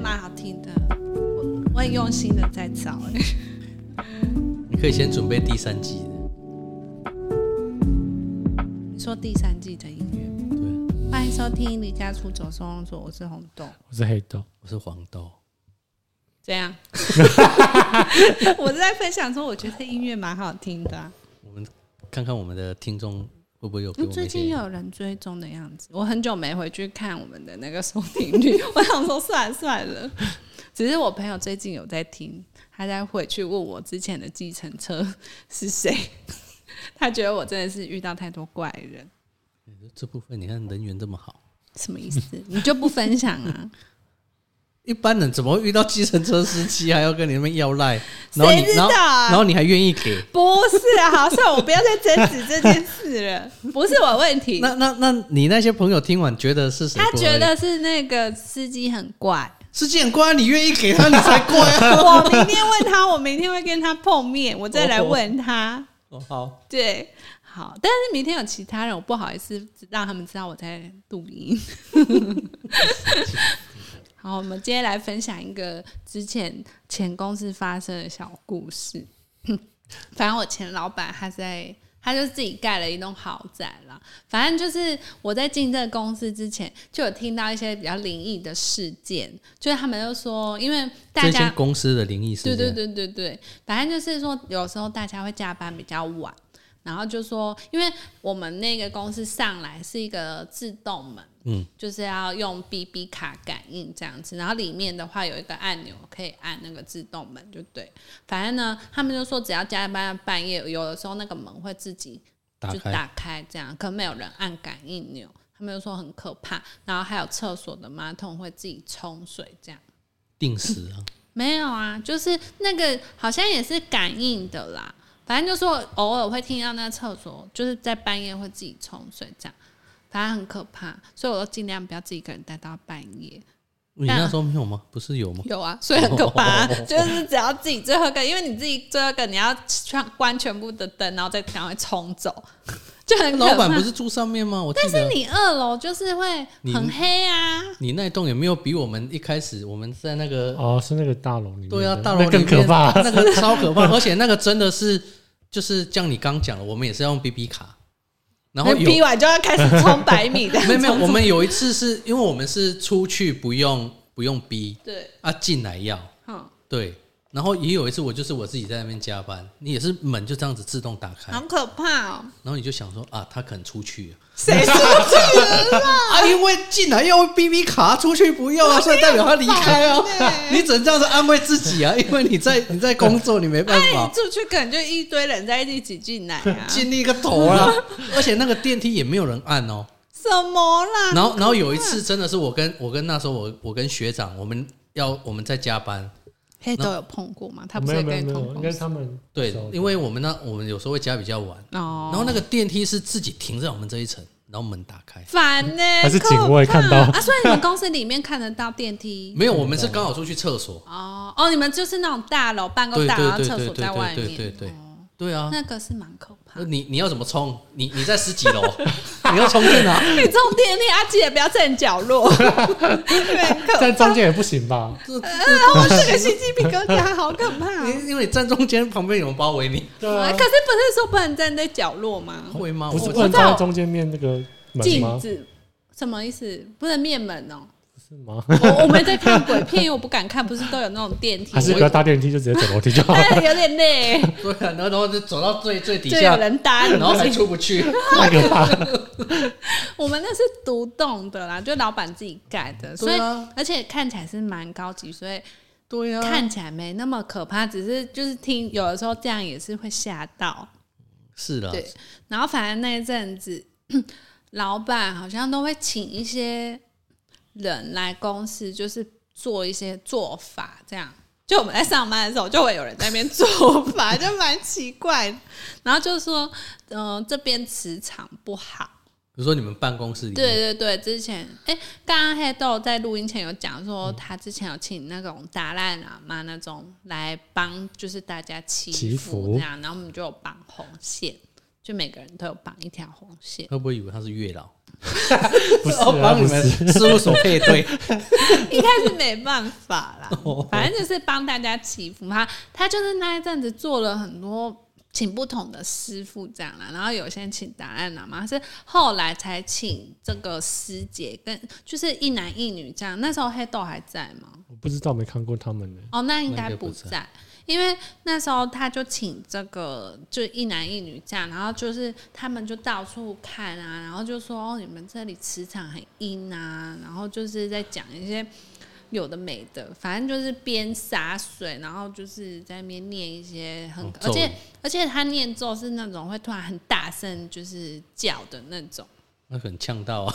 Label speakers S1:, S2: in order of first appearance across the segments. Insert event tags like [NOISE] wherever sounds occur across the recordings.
S1: 蛮好听的，我我很用心的在找、哎
S2: 你可以先准备第三季的，
S1: [LAUGHS] 你说第三季的音乐，
S2: 对，
S1: 欢迎收听《离家出走收容所》，我是红豆。
S3: 我是黑豆，
S2: 我是黄豆。
S1: 这样， [LAUGHS] 我是在分享说，我觉得音乐蛮好听的啊、
S2: 我们看看我们的听众会不会有给
S1: 嗯
S2: 我们
S1: 最
S2: 一
S1: 近
S2: 些
S1: 有人追踪的样子，我很久没回去看我们的那个收听率， [LAUGHS] 我想说算了算了。只是我朋友最近有在听，他在回去问我之前的计程车是谁，他觉得我真的是遇到太多怪人，
S2: 这部分，你看人缘这么好，
S1: 什么意思？你就不分享啊？
S2: 一般人怎么会遇到计程车司机还要跟你那边要赖？然后你
S1: 谁知道
S2: 然后
S1: 啊
S2: 然后你还愿意给？
S1: [LAUGHS] 不是啊，好，算了，我不要再争执这件事了， [LAUGHS] 不是我问题。
S2: 那那那你那些朋友听完觉得是谁不
S1: 他
S2: 合理？
S1: 觉得是那个司机很怪，
S2: 司机很乖，你愿意给他，你才乖
S1: [LAUGHS]
S2: 啊！
S1: 我明天问他，我明天会跟他碰面，我再来问他。
S2: 哦，好，
S1: 对，好，但是明天有其他人，我不好意思让他们知道我在录音。好，我们今天来分享一个之前前公司发生的小故事。 [LAUGHS] 反正我前老板他在，他就自己盖了一栋豪宅啦。反正就是我在进这个公司之前，就有听到一些比较灵异的事件，就是他们就说，因为大
S2: 这
S1: 家
S2: 些公司的灵异事
S1: 对
S2: 件，
S1: 对对对对，反正就是说，有时候大家会加班比较晚，然后就说，因为我们那个公司上来是一个自动门，
S2: 嗯，
S1: 就是要用 BB 卡感应这样子，然后里面的话有一个按钮可以按那个自动门，就对。反正呢，他们就说只要加班到半夜，有的时候那个门会自己
S2: 打
S1: 就
S2: 开
S1: 打开这样，可没有人按感应钮，他们就说很可怕。然后还有厕所的马桶会自己冲水这样。
S2: 定时啊，
S1: 没有啊，就是那个好像也是感应的啦。反正就说偶尔会听到那个厕所就是在半夜会自己冲水这样，反正很可怕，所以我都尽量不要自己一个人待到半夜。
S2: 你那时候没有吗？不是有吗？
S1: 有啊，所以很可怕、就是只要自己最后一个，因为你自己最后一个你要全关全部的灯，然后再赶快冲走， [LAUGHS] 就很可怕。
S2: 老板不是住上面吗？我记
S1: 但
S2: 得
S1: 是你二楼就是会
S2: 你
S1: 很黑啊，
S2: 你那一栋也没有比我们一开始我们在那个
S3: 哦，是那个大楼里面的，
S2: 对啊，大楼
S3: 那更可怕，
S2: [LAUGHS] 那个超可怕，而且那个真的是就是像你刚讲的，我们也是要用 BB 卡，然后有
S1: 逼
S2: 没
S1: 完就要开始冲百米的，
S2: 有没有，我们有一次是因为我们是出去不用不用 B
S1: [LAUGHS] 对，
S2: 啊，进来要
S1: 嗯。
S2: 对，然后也有一次我就是我自己在那边加班，你也是门就这样子自动打开，
S1: 好可怕哦！
S2: 然后你就想说啊，他可能出去了
S1: 谁 [LAUGHS] 出去
S2: 啊，因为进来要 BB 卡，出去不用
S1: 哦
S2: 啊，所以代表他离开哦
S1: 烦，欸
S2: [LAUGHS] 你只能这样子安慰自己啊，因为你在你在工作，你没办
S1: 哎，
S2: 法
S3: 啊
S1: 你。出去可能就一堆人在一起进来啊，
S2: 尽力个头啦！而且那个电梯也没有人按哦。
S1: 什么啦？
S2: 然后，然后有一次真的是我跟我跟那时候我我跟学长，我们要我们在加班，
S1: 黑豆有碰过吗？他不
S3: 没
S1: 是
S3: 有没有
S1: 跟
S3: 没
S1: 你
S3: 有，
S1: 同
S3: 应该
S1: 公
S3: 是
S1: 司
S3: 他们
S2: 对
S3: 走，的
S2: 因为我们那我们有时候会加比较晚，
S1: 哦
S2: 然后那个电梯是自己停在我们这一层，然后门打开，
S1: 烦呢，
S3: 还是警卫
S1: 可怕
S3: 看到
S1: 啊？所以你们公司里面看得到电
S3: [LAUGHS]
S1: 梯
S2: 没有，我们是刚好出去厕所，
S1: 哦哦，你们就是那种大楼办公
S2: 对
S1: 大
S2: 对
S1: 楼，然后
S2: 对
S1: 厕
S2: 对
S1: 所在外
S2: 对
S1: 面，
S2: 对对对
S1: 哦
S2: 对啊，
S1: 那个是蛮可怕
S2: 那
S3: 嗯
S1: 的。
S2: 你你要怎么冲？你你在十几楼， [LAUGHS] 你要冲进
S1: [LAUGHS]
S2: 啊？
S1: 你种电梯啊，记得不要站角
S3: [LAUGHS]
S1: 落，很可啊
S3: 在中间也不行吧？
S2: 这
S1: 怕。我这个心肌病哥讲好可怕
S3: [LAUGHS]
S1: 哦。
S2: 因因为你站中间，旁边有人包围你，
S3: 对
S1: 啊
S3: 啊
S1: 可，是不是说不能站在角落吗？
S2: 会吗？
S3: 不是
S2: 我
S3: 不能
S1: 知道
S3: 站在中间面那个门
S1: 镜
S3: 吗？
S1: 子什么意思？不能面门哦、
S3: 是吗？
S1: 我我没在看鬼片，因为我不敢看，不是都有那种电梯
S3: 还，是不要搭电梯，就直接走楼梯就好了。
S1: 但有点累，
S2: 对啊，然后然后就走到最 [LAUGHS] 最底
S1: 就有
S2: 下，
S1: 人搭你
S2: 然。后还出不去。
S3: 太可怕了！
S1: 我们那是独栋的啦，就老板自己盖的，所以、
S2: 对啊
S1: 而且看起来是蛮高级，所以
S2: 对啊，
S1: 看起来没那么可怕，只是就是听有的时候这样也是会吓到。
S2: 是啦，
S1: 对然后反正那一阵子， [CLEARS THROAT] 老板好像都会请一些人来公司，就是做一些做法，这样。就我们在上班的时候，就会有人在那边做法，就蛮奇怪的。然后就说，嗯、这边磁场不好。
S2: 比如说你们办公室里面，
S1: 对对对，之前哎，刚刚黑豆在录音前有讲
S3: 嗯
S1: 说，他之前有请那种达赖喇嘛那种来帮，就是大家祈
S3: 祈
S1: 福
S3: 福
S1: 这样，然后我们就有绑红线，就每个人都有绑一条红线。
S3: [LAUGHS]
S2: [LAUGHS] 会不会以为他是月老？
S3: 不是
S2: 我 [LAUGHS]
S3: 啊，
S2: 帮
S3: 不
S2: 你们
S3: 是，
S2: 事务所配 [LAUGHS] 对，
S1: 一开始没办法啦，
S3: 哦
S1: 反正就是帮大家祈福。他他就是那一阵子做了很多请不同的师傅这样啦，然后有些请答案喇嘛，是后来才请这个师姐跟就是一男一女这样。那时候黑豆还在吗？
S3: 我不知道没看过他们呢。
S1: 哦，那应
S2: 那
S1: 该
S2: 应该不
S1: 不在，因为那时候他就请这个就一男一女这样，然后就是他们就到处看啊，然后就说哦，你们这里磁场很阴啊，然后就是在讲一些有的没的，反正就是边洒水，然后就是在那边念一些很，
S2: 哦
S1: 而且
S2: 咒语
S1: 而且他念咒是那种会突然很大声就是叫的那种。
S2: 那很呛到啊，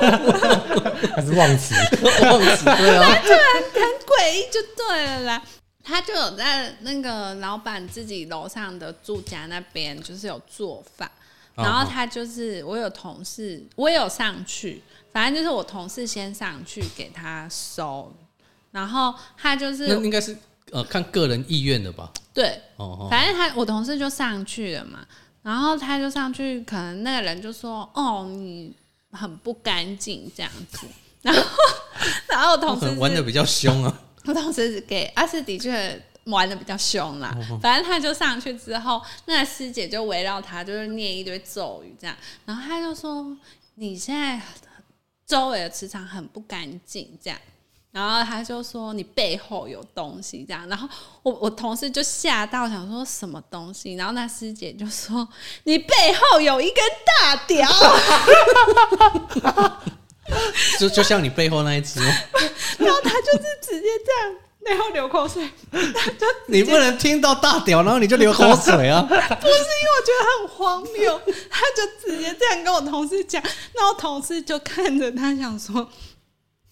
S3: 还是忘词，
S2: [LAUGHS] 忘记对啊，
S1: 诡异就对了啦。他就有在那个老板自己楼上的住家那边，就是有做法。
S2: 哦
S1: 然后他就是我有同事，我也有上去，反正就是我同事先上去给他收，然后他就
S2: 那
S1: 是
S2: 应该是呃看个人意愿的吧，
S1: 对，
S2: 哦哦，
S1: 反正他我同事就上去了嘛，然后他就上去，可能那个人就说：“哦，你很不干净这样子。”然后 [LAUGHS] 然后我同
S2: 可
S1: 事
S2: 能哦玩
S1: 是
S2: 的比较凶啊，
S1: 我当时给阿是的确玩的比较凶啦，反正他就上去之后，那个师姐就围绕他，就是念一堆咒语这样，然后他就说：“你现在周围的磁场很不干净。”这样。然后他就说你背后有东西这样，然后我我同事就吓到想说什么东西，然后那师姐就说你背后有一根大屌， [LAUGHS]
S2: 就就像你背后那一只哦，
S1: [LAUGHS] 然后他就是直接这样，然后流口水，
S2: 你不能听到大屌，然后你就流口
S1: [LAUGHS]
S2: 水啊，
S1: 不是因为我觉得很荒谬，他就直接这样跟我同事讲，然后同事就看着他想说。 [LAUGHS]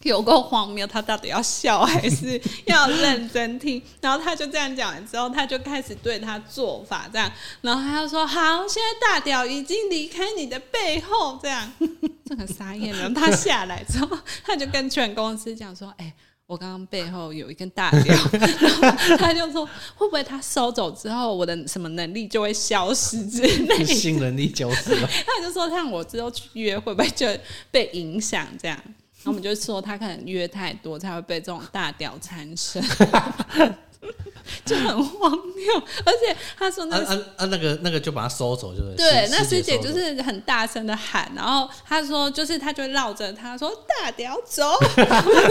S1: 有够荒谬，他到底要笑还是要认真听？然后他就这样讲完之后，他就开始对他做法这样，然后他就说：“好，现在大屌已经离开你的背后。”这样， [LAUGHS] 这很傻眼了。他下来之后，他就跟全公司讲说：“哎、我刚刚背后有一根大屌。”然后他就说：“会不会他收走之后，我的什么能力就会消失之类的？”
S2: 新人力交失啊，
S1: [LAUGHS] 他就说，像我之后去约会不会就被影响这样？然后我们就说他可能约太多才会被这种大屌缠身， [LAUGHS] 就很荒谬。而且他说
S2: 啊
S1: 那
S2: 啊啊，那个那个就把它收走，就是
S1: 对，那师
S2: 师
S1: 姐
S2: 收走
S1: 就是很大声的喊，然后他说就是他就绕着他说大屌走，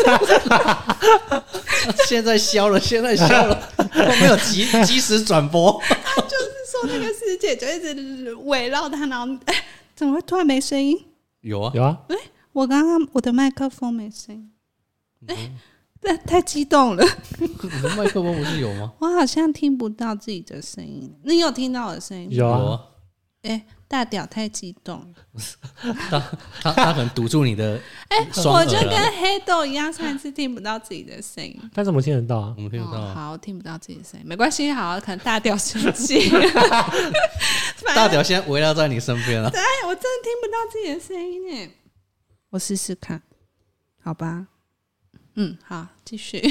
S1: [LAUGHS]
S2: [LAUGHS] 现在消了，现在消 [LAUGHS] 了，都没有及及时转播，
S1: 他就是说那个师姐就一直围绕他，然后、 [LAUGHS] 哎怎么会突然没声音？
S2: 有啊，
S3: 有啊，
S1: 哎、我刚刚我的麦克风没声音，
S2: 嗯
S1: 哎、 [LAUGHS] 太太激动了。
S2: 你的麦克风不是有吗？
S1: 我好像听不到自己的声音，你有听到我的声音吗？
S3: 有啊，
S1: 哎、大屌太激动了。
S2: 他他他可能堵住你的
S1: 哎、
S2: 双
S1: 我就
S2: 耳啊
S1: 跟黑豆一样，上一次听不到自己的声音。
S3: 但是我们听得到啊
S2: 我。们听得到
S1: 哦、
S2: 啊。
S1: 好，听不到自己的声音，没关系，好，可能大屌生气。反
S2: 大
S1: 正
S2: 屌现在围绕在你身边啊 [LAUGHS] 了，
S1: 对，哎我真的听不到自己的声音呢。我试试看，好吧。嗯，好，继续。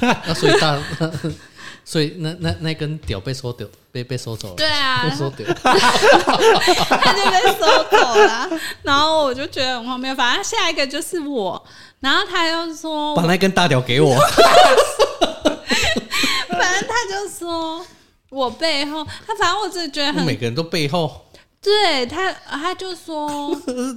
S2: 那啊所以大， [LAUGHS] 所以那那那根屌被收掉，被被收走了，
S1: 对啊
S2: 被，收掉。
S1: 他就被收走了。啊然后我就觉得很荒谬，反正下一个就是我。然后他又说，
S2: [LAUGHS] 把那根大屌给我，
S1: [LAUGHS] 反正他就说我背后，他反正我真的觉得
S2: [LAUGHS] 每
S1: 很
S2: 个人都背后 [LAUGHS]
S1: 对他，他就说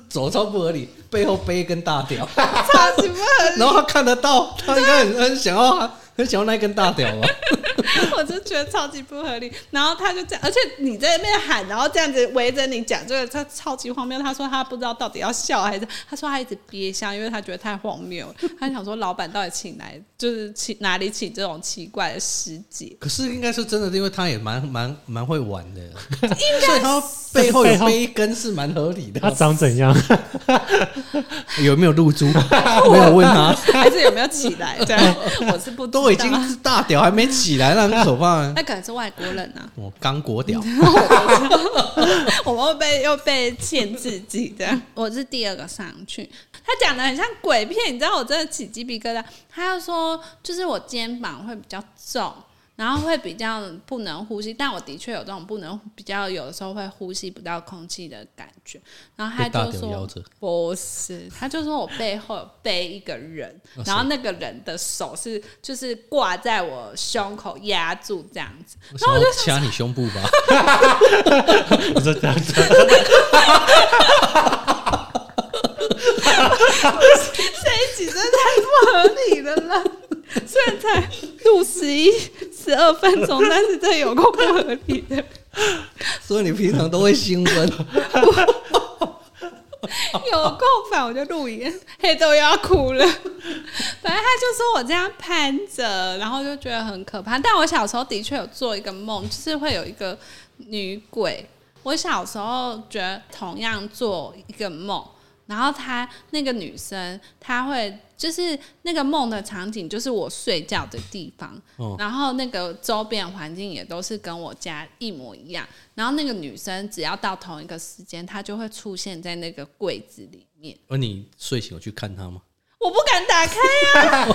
S2: 走超不合理，背后背一根大 [LAUGHS] 屌，
S1: 超级不合
S2: 然后他看得到，他应该很很想要，很想要那根大屌吧？
S1: 理， [LAUGHS] 我就觉得超级不合理。然后他就这样，而且你在那边喊，然后这样子围着你讲这个，他超级荒谬。他说他不知道到底要笑还是，他说他一直憋笑，因为他觉得太荒谬了。他想说老板到底请来就是请哪里请这种奇怪的师姐？
S2: 可是应该是真的，因为他也蛮蛮蛮会玩的，所以他背后有背一根是蛮合理的
S3: 他。长怎样？
S2: 有没有露珠？没有问他，
S1: 还是有没有起来？这样我是不知道
S2: 都已经是大屌还没起来，那很可怕啊。
S1: 那可能是外国人啊。
S2: 我刚果 [LAUGHS] 屌，
S1: [LAUGHS] 我们会被又被限制级
S2: 嗯
S1: 的。我是第二个上去，他讲的很像鬼片，你知道我真的起鸡皮疙瘩。他又说，就是我肩膀会比较重，然后会比较不能呼吸。但我的确有这种不能比较，有的时候会呼吸不到空气的感觉。然后他
S2: 被大
S1: 就
S2: 屌
S1: 说
S2: 夭折，
S1: 不是，他就说我背后有背一个人，
S2: 哦
S1: 然后那个人的手是就是挂在我胸口压住这样子。
S2: 我想要掐你胸部吧？
S3: 我说这样子，
S1: 这一集真的太不合理了啦！虽然才录十一十二分钟，但是这有够不合理的，
S2: [LAUGHS] 所以你平常都会兴 [LAUGHS] 奋，
S1: 有够烦，我就录一遍，黑豆又要哭了。反正他就说我这样攀着，然后就觉得很可怕。但我小时候的确有做一个梦，就是会有一个女鬼。我小时候觉得同样做一个梦，然后她那个女生，她会就是那个梦的场景，就是我睡觉的地方，
S2: 哦
S1: 然后那个周边环境也都是跟我家一模一样。然后那个女生只要到同一个时间，她就会出现在那个柜子里面。
S2: 而哦你睡醒有去看他吗？
S1: 我不敢打开呀、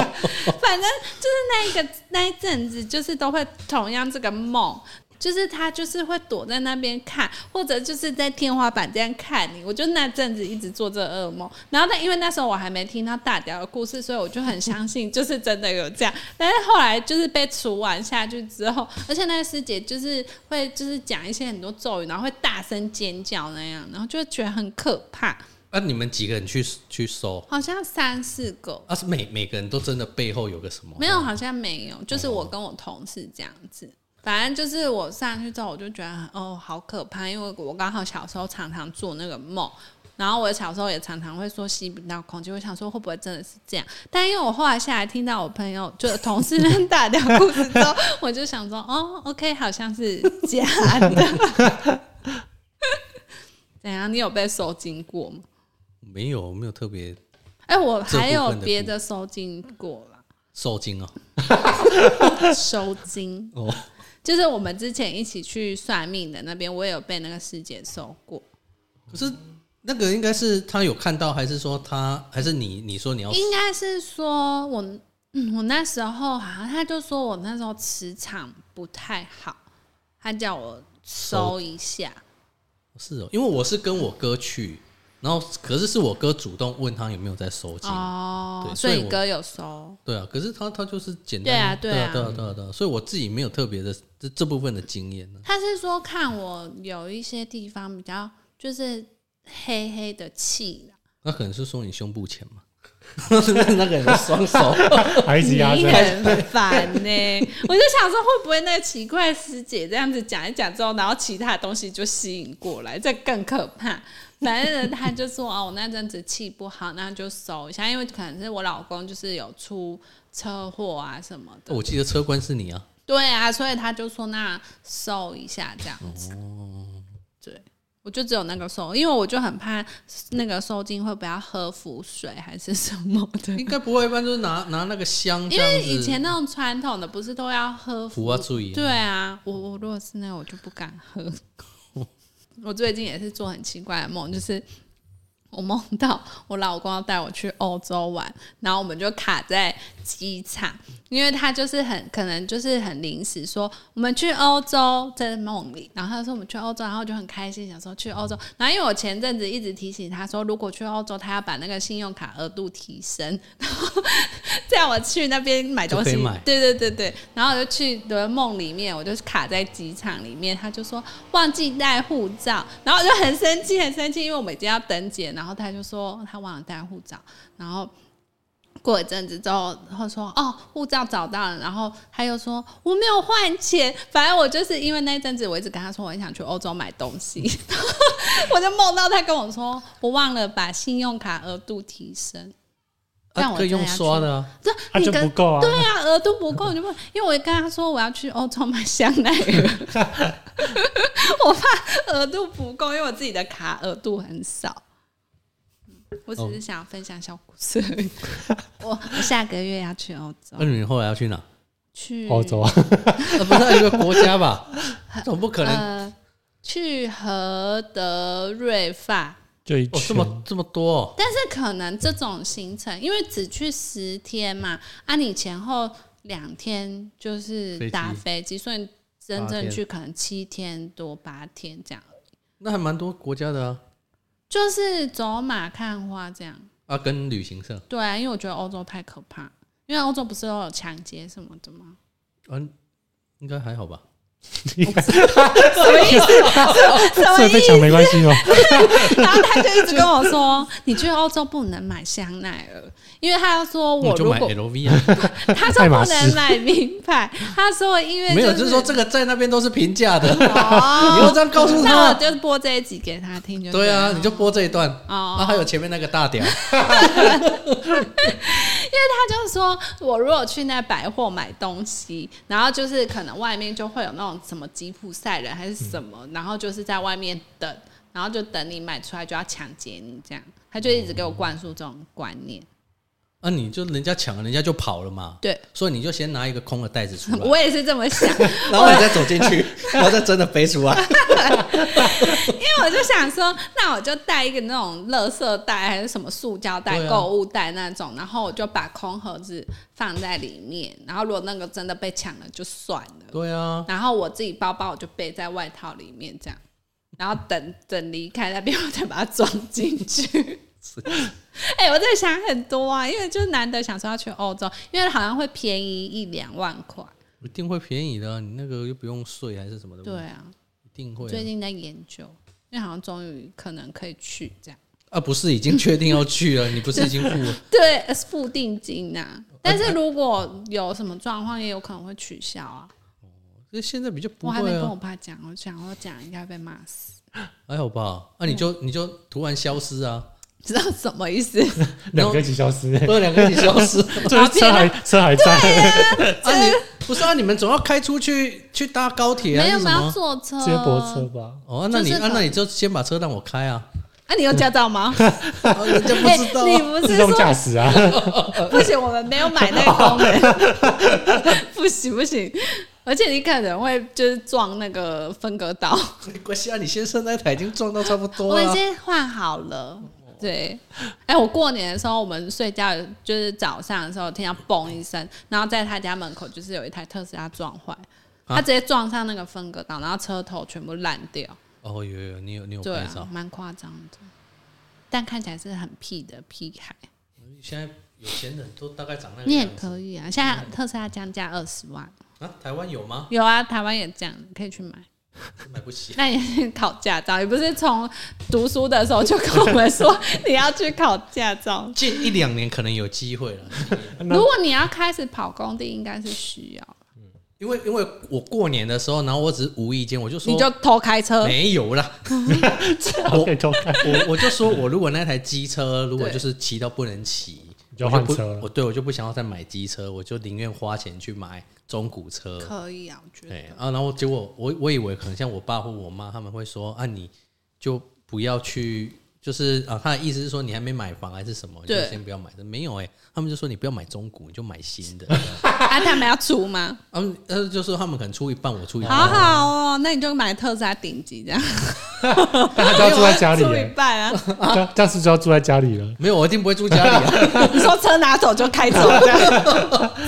S1: [LAUGHS] 反正就是那一个那一阵子，就是都会同样这个梦，就是他就是会躲在那边看，或者就是在天花板这样看你。我就那阵子一直做这个噩梦，然后但因为那时候我还没听到大屌的故事，所以我就很相信就是真的有这样。但是后来就是被除完下去之后，而且那个师姐就是会就是讲一些很多咒语，然后会大声尖叫那样，然后就觉得很可怕，
S2: 啊，你们几个人去去搜？
S1: 好像三四个。
S2: 啊，是每每个人都真的背后有个什么？
S1: 没有，好像没有，就是我跟我同事这样子。反正就是我上去之后，我就觉得哦，好可怕，因为我刚好小时候常常做那个梦，然后我小时候也常常会说吸不到空气，我想说会不会真的是这样？但因为我后来下来听到我朋友就同事们打掉故事之后，我就想说哦，OK，好像是假的。 [LAUGHS] 怎样？你有被收金过吗？
S2: 没有，没有特别
S1: 哎、我
S2: 这
S1: 还
S2: 部
S1: 有
S2: 分的
S1: 别
S2: 故
S1: 的收金过啦，
S2: 受惊啊。
S1: 收金。
S2: 哦，
S1: 就是我们之前一起去算命的那边，我也有被那个师姐收过，
S2: 可是那个应该是他有看到，还是说他，还是你？你说你要
S1: 应该是说我，嗯，我那时候好像他就说我那时候磁场不太好，他叫我收一下，
S2: 是哦，因为我是跟我哥去，然后可是是我哥主动问他有没有在收金。
S1: 哦，
S2: 对
S1: 所
S2: 所以
S1: 以你
S2: 我
S1: 哥有收，
S2: 对啊，可是他他就是简
S1: 对啊
S2: 单，
S1: 对
S2: 对
S1: 啊
S2: 对啊，对啊，对啊，所以我自己没有特别的这这部分的经验呢。
S1: 他是说看我有一些地方比较就是黑黑的气啦，
S2: 那可能是说你胸部前嘛，那个人的双手，
S3: 还一直
S1: 你
S3: 压着，
S1: 很烦呢、
S3: [LAUGHS]
S1: 我就想说会不会那个奇怪师姐这样子讲一讲之后，然后其他东西就吸引过来，这更可
S3: [LAUGHS]
S1: 怕。反正呢他就说哦，我那阵子气不好，那就收一下，因为可能是我老公就是有出车祸啊什么
S3: 哦
S1: 的。
S2: 我记得车官是你啊，
S1: 对啊，所以他就说那收一下这样子。
S3: 哦
S1: 对，我就只有那个收，因为我就很怕那个收金会不要喝符水还是什么的。
S2: 应该不会，一般就是拿拿那个香这
S1: 因
S2: 样
S1: 为
S2: 子，
S1: 以前那种传统的不是都要喝
S2: 符啊注意啊
S1: 对啊，我我如果是那个我就不敢喝。 [LAUGHS] 我最近也是做很奇怪的梦，就是我梦到我老公要带我去欧洲玩，然后我们就卡在机场，因为他就是很可能就是很临时说我们去欧洲，在梦里，然后他说我们去欧洲，然后我就很开心，想说去欧洲。然后因为我前阵子一直提醒他说，如果去欧洲，他要把那个信用卡额度提升， [LAUGHS] 然后在我去那边买东西
S2: 就可以买，
S1: 对对对对。然后我就去的梦里面，我就卡在机场里面，他就说忘记带护照，然后我就很生气，很生气，因为我们已经要登检，然后他就说他忘了带护照，然后。过一阵子之后，然后说哦，护照找到了，然后他又说我没有换钱，反正我就是因为那一阵子我一直跟他说我很想去欧洲买东西， [LAUGHS] 我就梦到他跟我说我忘了把信用卡额度提升，但
S2: 啊
S1: 我
S2: 可以用
S1: 真的要
S2: 刷
S1: 去
S2: 的啊，
S1: 这
S3: 他
S1: 你
S3: 就
S1: 跟
S3: 不够啊。
S1: 对啊，额度不够，你就问，因为我跟他说我要去欧洲买香奈儿， [LAUGHS] 我怕额度不够，因为我自己的卡额度很少。嗯我
S3: 哦
S1: 只是想分享小故事而已。我我下个月要去欧洲
S2: 那，啊你后来要去哪？
S1: 去
S3: 欧洲啊，
S2: 啊不是一个国
S1: [LAUGHS]
S2: 家吧？总不可能
S1: 呃，去荷德瑞发，
S3: 就一
S2: 哦，这
S3: 圈，
S2: 么这么多哦，
S1: 但是可能这种行程，因为只去十天嘛，啊，你前后两天就是
S2: 飞
S1: 打
S2: 机
S1: 飞机，所以真
S2: 八
S1: 正
S2: 天
S1: 去可能七天多八天这样，
S2: 那还蛮多国家的啊，
S1: 就是走马看花这样。
S2: 啊，跟旅行社，
S1: 对啊，因为我觉得欧洲太可怕，因为欧洲不是都有抢劫什么的吗？ [LAUGHS]
S2: 嗯、应该还好吧？
S1: 什么意思？什么
S3: 所以
S1: 意
S3: 被
S1: 思？
S3: 抢没关系哦。
S1: 然后他就一直跟我说，你去欧洲不能买香奈儿，因为他要说
S2: 那
S1: 我
S2: 我就
S1: 如
S2: 买
S1: 果
S2: LV 啊，
S1: 他说
S3: 爱马
S1: 不
S3: 仕
S1: 能买名牌，他说 [LAUGHS] 因为
S2: 没有，
S1: 就
S2: 就是说这个在那边都是平价的， [LAUGHS] 你
S1: 哦，
S2: 要这样告诉
S1: 那我
S2: 他。
S1: 就播这一集给他听就
S2: 对
S1: 了
S2: 啊，你就播这一段
S1: 哦
S2: 啊，还有前面那个大屌，
S1: 他就说，我如果去那百货买东西，然后就是可能外面就会有那种什么吉普赛人还是什么，然后就是在外面等，然后就等你买出来就要抢劫你这样，他就一直给我灌输这种观念。
S2: 啊，你就人家抢了，人家就跑了嘛。
S1: 对，
S2: 所以你就先拿一个空的袋子出来，
S1: 我也是这么想，
S2: 然后你再走进
S1: [LAUGHS]
S2: 去，然后再真的飞出来。
S1: 因为我就想说，那我就带一个那种垃圾袋还是什么塑胶袋、
S2: 对啊
S1: 购物袋那种，然后我就把空盒子放在里面，然后如果那个真的被抢了就算了。
S2: 对啊，
S1: 然后我自己包包我就背在外套里面这样，然后等等离开那边 [LAUGHS] 我再把它装进去。哎、我在想很多啊，因为就是难得想说要去欧洲，因为好像会便宜一两万块。
S2: 一定会便宜的啊、你那个又不用税还是什么的，
S1: 对，啊，
S2: 一定会、
S1: 最
S2: 啊。
S1: 近在研究，因为好像终于可能可以去这样。
S2: 啊，不是已经确定要去了？你不是已经付
S1: [LAUGHS]
S2: 了？
S1: 对，呃是付定金呐、
S2: 呃
S1: 但是如果有什么状况，也有可能会取消啊。
S2: 那现在比较不
S1: 我还没
S2: 会
S1: 跟我
S2: 啊，
S1: 爸讲，我讲我讲应该被骂死，
S2: 还好吧？啊，你
S1: 嗯
S2: 就你就突然消失
S1: [LAUGHS]
S2: 啊，
S1: 知道什么意思？
S2: [LAUGHS] 然
S3: 两
S2: 后
S3: 个一起消失，
S2: 对，两个一起消失
S1: [LAUGHS]
S3: 这车还车还在，
S2: 啊！你不是啊？你们总要开出去去搭高铁啊？
S1: 没有，我
S2: 还是
S1: 们
S2: 什
S1: 要
S2: 么？
S1: 坐车，
S3: 接驳车吧？
S2: 哦，啊那你
S1: 就是
S2: 啊，
S1: 可
S2: 那你就先把车让我开
S1: [LAUGHS]
S2: 啊！
S1: 啊，你有驾照
S2: [LAUGHS]
S1: 吗？
S2: 啊人家不
S1: 哎
S2: 知道
S1: [LAUGHS] 你
S2: 啊，
S1: 不
S3: 自
S1: 是
S3: 动
S1: 说
S3: 驾驶
S2: [LAUGHS]
S3: 啊， [LAUGHS]
S1: 不行？我们没有买那个功能， [LAUGHS] 不行不行。而且你可能会就是撞那个分隔岛，
S2: [LAUGHS] 没关系啊，你先生那台已经撞到差不多哦
S1: 我已
S2: 了。
S1: 经换好了。对，哎、我过年的时候，我们睡觉就是早上的时候听到嘣一声，然后在他家门口就是有一台特斯拉撞坏，他
S2: 啊
S1: 直接撞上那个分隔岛，然后车头全部烂掉，
S2: 哦，有有有，你有你有
S1: 对
S2: 拍
S1: 啊
S2: 照，？
S1: 蛮夸张的，但看起来是很屁的屁孩。
S2: 现在有钱人都大概长那个
S1: 你也
S2: 样子嗯
S1: 可以啊，现在特斯拉降价二十万，
S2: 啊？台湾有吗？
S1: 有啊，台湾也降，可以去买。
S2: 买不起。
S1: 那也是考驾照，也不是从读书的时候就跟我们说 [LAUGHS] 你要去考驾照。
S2: 近一两年可能有机会了，
S1: 如果你要开始跑工地，应该是需要，
S2: 因为因为我过年的时候，然后我只是无意间我就说
S1: 你就偷开车。
S2: 没有啦，
S3: 我可以偷看，
S2: 我我就说我如果那台机车如果
S1: 嗯对
S2: 就是骑到不能骑，
S3: 你就
S2: 我
S3: 换
S2: 不
S3: 车了
S2: 我对我就不想要再买机车，我就宁愿花钱去买中古车。
S1: 可以啊，我觉
S2: 对
S1: 得。
S2: 啊，然后结果我我以为可能像我爸或我妈他们会说啊，你就不要去，就是啊，他的意思是说你还没买房还是什么，你就
S1: 对
S2: 先不要买。没有哎、他们就说你不要买中古，你就买
S1: [LAUGHS]
S2: 新的。
S1: 啊，他们要出吗？
S2: 他们呃就说他们可能出一半，我出一
S1: 好
S2: 半。
S1: 好哦，那你就买特斯拉顶级这
S2: [LAUGHS]
S1: 样，啊
S3: 但他就要住在家里
S1: 出一
S3: 了，
S1: 半啊。
S3: 这
S2: [LAUGHS]
S3: 样这样是就要住在家里了。
S2: 没有，我一定不会住家里、啊。 [LAUGHS]
S1: 你说车拿走就开走这样，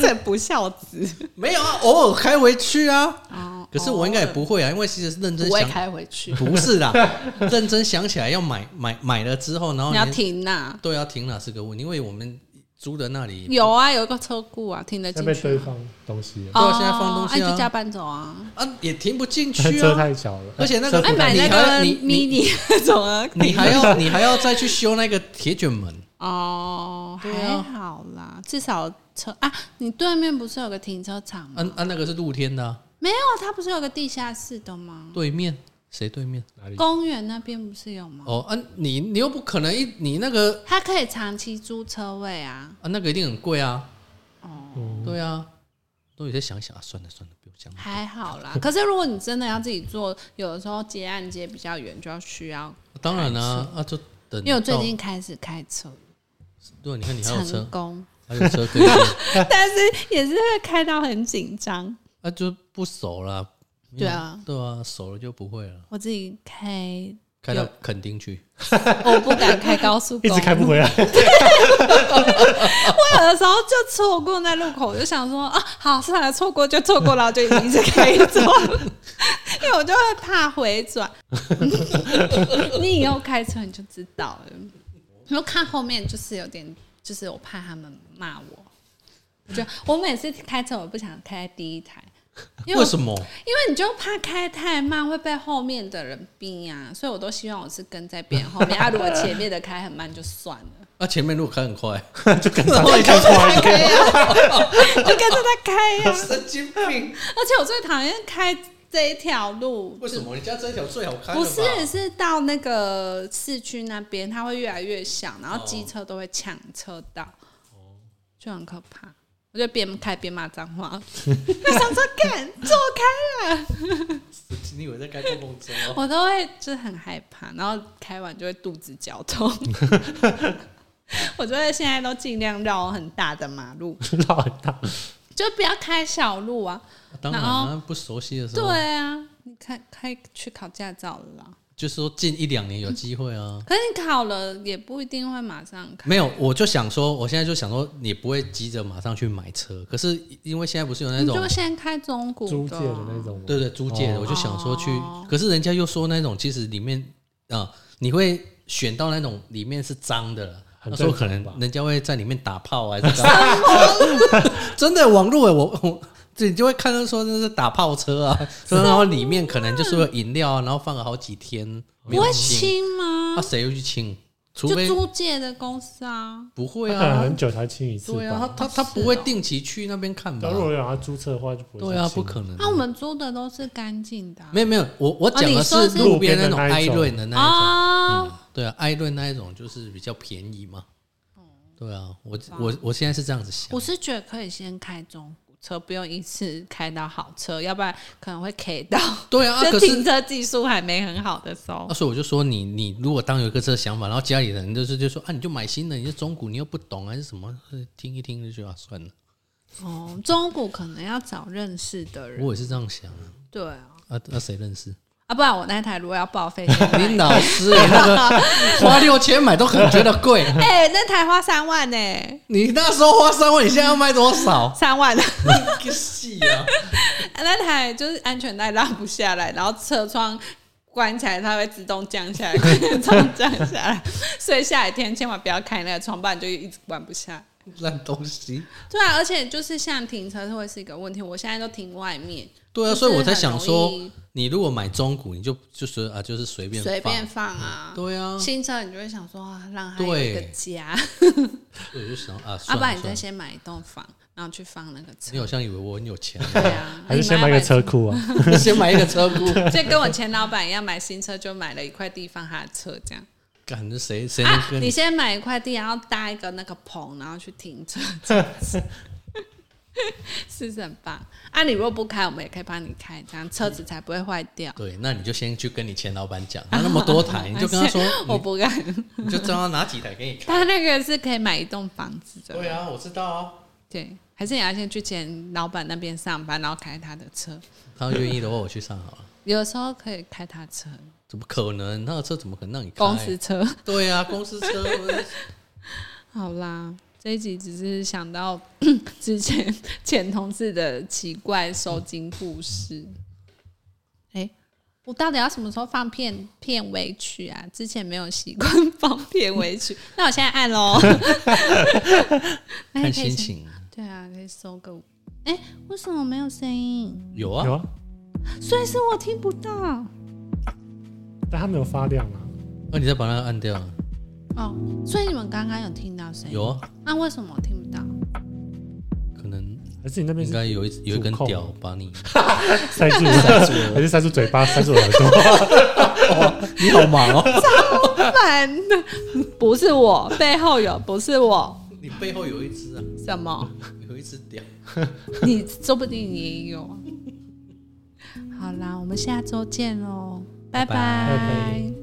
S1: 这不孝子。
S2: 没有啊，偶尔开回去啊。
S1: 哦
S2: 可是我应该也不会啊，因为其实认真
S1: 不会
S2: 想，
S1: 开回去，
S3: [LAUGHS]
S2: 不是啦，认真想起来要买买买了之后，然后
S1: 你要
S2: 连
S1: 停呐。
S2: 对要停哪是个问题，因为我们租的那里
S1: 有啊，有一个车库啊，停得
S3: 在
S1: 进
S3: 被
S1: 去
S3: 堆
S1: 吗。
S3: 放东西了，
S2: 对啊现在放东西啊
S1: 那、你就加班走啊。
S2: [LAUGHS] 啊也停不进
S3: [LAUGHS]
S2: 去
S3: 车
S2: 啊。
S3: 太小了，
S2: 而且那个
S1: 哎，
S2: 哎
S1: 买
S2: 买
S1: 那
S2: 那
S1: 个
S2: 个
S1: mini [LAUGHS] 那种啊，
S2: 你还要你还要再去修那个铁卷门，
S1: 哦，
S2: 对
S1: 还
S2: 啊
S1: 好啦，至少车啊，你对面不是有个停车场
S3: 呃
S1: 吗？
S2: 啊啊，那个是露天的、啊，
S1: 没有，它不是有个地下室的吗？
S2: 对面谁对面？
S3: 哪里
S1: 公园那边不是有吗？
S2: 哦啊，你你又不可能一你那个
S1: 它可以长期租车位啊。
S2: 啊，那个一定很贵啊，
S1: 哦，
S3: 嗯
S2: 对啊，都有些想想啊，算了算了，不用想了。
S1: 还好
S3: [LAUGHS]
S1: 啦。可是如果你真的要自己做，有的时候接案接比较远，就要需要。
S2: 当然啊，啊就等到，
S1: 因为我
S3: 嗯
S1: 最近开始开车，
S2: 对，啊你看你还
S3: 哦
S2: 有
S1: 成
S2: 车，
S1: 功，
S2: 还有车可以坐，
S1: 但是也是会开到很紧张。
S2: [LAUGHS] 啊就不熟啦。
S1: 对啊，
S2: 对啊，熟了就不会了。
S1: 我自己开
S2: 开到垦丁去，
S1: 我不敢开高速
S3: [LAUGHS] [LAUGHS] 一
S1: 公
S3: 直开
S1: 路，
S3: 不回来。
S2: [LAUGHS]
S1: 我有的时候就错过那路口，我就想说啊，好，算了，错过就错过了，然后就一直开走，因为我就会怕回
S2: [LAUGHS]
S1: 转。你以后开车你就知道了，我看后面就是有点，就是我怕他们骂我。我觉得我每次开车我不想开第一台，因为
S2: 为
S1: 我
S2: 什么？
S1: 因为你就怕开太慢会被后面的人逼啊，所以我都希望我是跟在别人后面啊。如果前面的开很慢就算了，
S2: 啊，前面路开很 [LAUGHS] 快，哦
S3: 就跟上一开
S1: 他
S3: 快，
S1: 开啊，就跟着他开呀、啊。
S2: 神经病！
S1: 而且我最讨厌开这一条路，
S2: 为什么？人家这一条最好开了吧
S1: 不是是到那个市区那边，它会越来越小，然后机车都会抢车道，就很可怕。我就边开边骂脏话， [LAUGHS] 就想说干走开。
S2: 你以为在开公共车哦？
S1: 我都会就是很害怕，然后开完就会肚子绞痛。 [LAUGHS] 我觉得现在都尽量绕很大的马路，
S3: [LAUGHS] 绕很大。
S1: 就不要开小路啊。
S2: 当然啊，不熟悉的时候，
S1: 对啊，你开开去考驾照了啦，
S2: 就是说近一两年有机会啊。
S1: 可是你考了也不一定会马上开。
S2: 没有，我就想说，我现在就想说，你不会急着马上去买车，可是因为现在不是有那
S1: 你
S2: 种
S1: 就先开中古
S3: 租借
S1: 啊
S3: 的那种吗，
S2: 对对租借的，
S3: 哦
S2: 我就想说去
S1: 哦，
S2: 可是人家又说那种其实里面啊、呃你会选到那种里面是脏的了。
S3: 很
S2: 那时候
S3: 正
S2: 可
S3: 常
S2: 能
S3: 吧
S2: 人家会在里面打炮啊还
S3: [LAUGHS]
S2: 是干嘛？ [LAUGHS] 真的网络欸我我这你就会看到说那是打炮车
S3: [LAUGHS]
S2: 啊，然后里面可能就是有饮料啊，然后放了好几天没
S1: 不
S2: 有
S1: 会
S2: 清，
S1: 清吗
S2: 那？谁会去清？啊除
S1: 就
S2: 非
S1: 租借的公司啊，
S2: 不会
S3: 他可能
S2: 啊，
S3: 很久才清一次
S2: 对啊，
S3: 吧。
S2: 他他他不会定期去那边看吧
S3: 但？如果有让他注册的话，就不会
S2: 对啊，
S3: 再
S2: 不
S3: 清
S2: 可能
S1: 那、。我们租的都是干净的啊、
S2: 没有没有，我我
S1: 哦
S2: 讲
S1: 你
S2: 的
S1: 说是
S2: 路边那种
S3: 路边的那
S2: 艾
S3: 一种
S2: 润的那一种。
S1: 哦，
S2: 对啊，艾润那一种就是比较便宜嘛。对啊，我我我现在是这样子想
S1: 嗯我，是觉得可以先开中古车，不用一次开到好车，要不然可能会 K 到。
S2: 对啊，啊
S1: 就
S2: 可
S1: 停
S2: 是
S1: 车技术还没很好的时候
S2: 啊，，所以我就说你你如果当有一个这个想法，然后家里人就是就说啊，你就买新的，你是中古，你又不懂还是什么，呃听一听就觉得、啊、算了，
S1: 哦，中古可能要找认识的人，
S2: 我也是这样想啊，
S1: 对啊，
S2: 啊那谁认识？
S1: 啊，不然我那台如果要报
S2: [LAUGHS]
S1: 废，
S2: 林老师、欸、那个花六千买都很觉得贵， [LAUGHS]
S1: [LAUGHS] 哎、那台花三万呢、
S2: 你那时候花三万，你现在要卖多少？
S1: 三万， [LAUGHS]
S2: 个戏啊！
S1: 那台就是安全带拉不下来，然后车窗。关起来，它会自动降下来， [LAUGHS] 自动降下来。所以下雨天千万不要开那个窗，不然就一直关不下来。
S2: 烂东西。
S1: 对啊，而且就是像停车会是一个问题，我现在都停外面，
S2: 对啊，
S1: 就是
S2: 所以我才想说
S1: 很容易，
S2: 你如果买中古，你就就是啊，就是随便
S1: 随
S2: 放
S1: 便放啊。
S2: 对啊，
S1: 新车你就会想说，啊让它有一个
S2: 对
S1: 家，
S2: 我就想啊，
S1: 要 [LAUGHS]
S2: 算
S1: 不
S2: 了
S1: 然你
S2: 算
S1: 再
S2: 了
S1: 先买一栋房，然后去放那个车
S2: 你。好像以为我很有钱， [LAUGHS]
S1: 对啊，
S3: [LAUGHS] 还是先买个车库啊，
S2: 先买一个车库。
S1: 你买，就跟我前老板一样，买新车就买了一块地放他的车，这样
S2: 干，这谁谁
S1: 啊
S2: 能。跟
S1: 你
S2: 你？
S1: 先买一块地，然后搭一个那个棚，然后去停车， [LAUGHS] 是不是很棒？啊，你如果不开，我们也可以帮你开，这样车子才不会坏掉。
S2: 对，那你就先去跟你前老板讲，他那么
S1: [LAUGHS]
S2: 多台，你就跟他说，
S1: 啊我不敢。 [LAUGHS]
S2: 你你就叫他哪几台给你看。
S1: 他那个是可以买一栋房子的，
S2: 对啊，我知道啊。
S1: 对，还是你要先去前老板那边上班，然后开他的车。
S2: 他愿意的话，我去上好了。
S1: 有时候可以开他车，
S2: 怎么可能？那个车怎么可能让你开？
S1: 公司车。
S2: 对啊，公
S1: [LAUGHS]
S2: 司车。我就
S1: 好啦，这一集只是想到 [COUGHS] 之前前同事的奇怪收金故事。哎、我到底要什么时候放片片尾曲啊？之前没有习惯 [LAUGHS] 放片尾曲，那我现在按 [LAUGHS] 哎喽。
S2: 看心。情。
S1: 对啊，可以搜个。哎、为什么没有声音？
S2: 有啊
S3: [LAUGHS] 有，啊，
S1: 所以是我听不到。
S3: 但他没有发亮啊。
S2: 那哦你再把那个按掉啊。
S1: 哦，所以你们刚刚有听到声音？
S2: 有啊，
S1: 那、为什么我听 [LAUGHS] 不到？
S2: 可能
S3: 还是你那边
S2: 应
S3: 是
S2: 该有一有一根
S3: 主控
S2: 屌把 [LAUGHS] 你
S3: 塞住，
S2: 塞住
S3: [LAUGHS] 还
S2: 了。
S3: 是塞住嘴巴，塞住耳朵？
S2: 你好忙哦，
S1: 烦的，不是我，背后有，不是我，
S2: [LAUGHS] 你背后有一只啊，
S1: 什么？
S2: 有一只屌。
S1: 你说不定你也有啊。好啦，我们下周见喽，拜
S2: 拜
S1: 拜
S3: 拜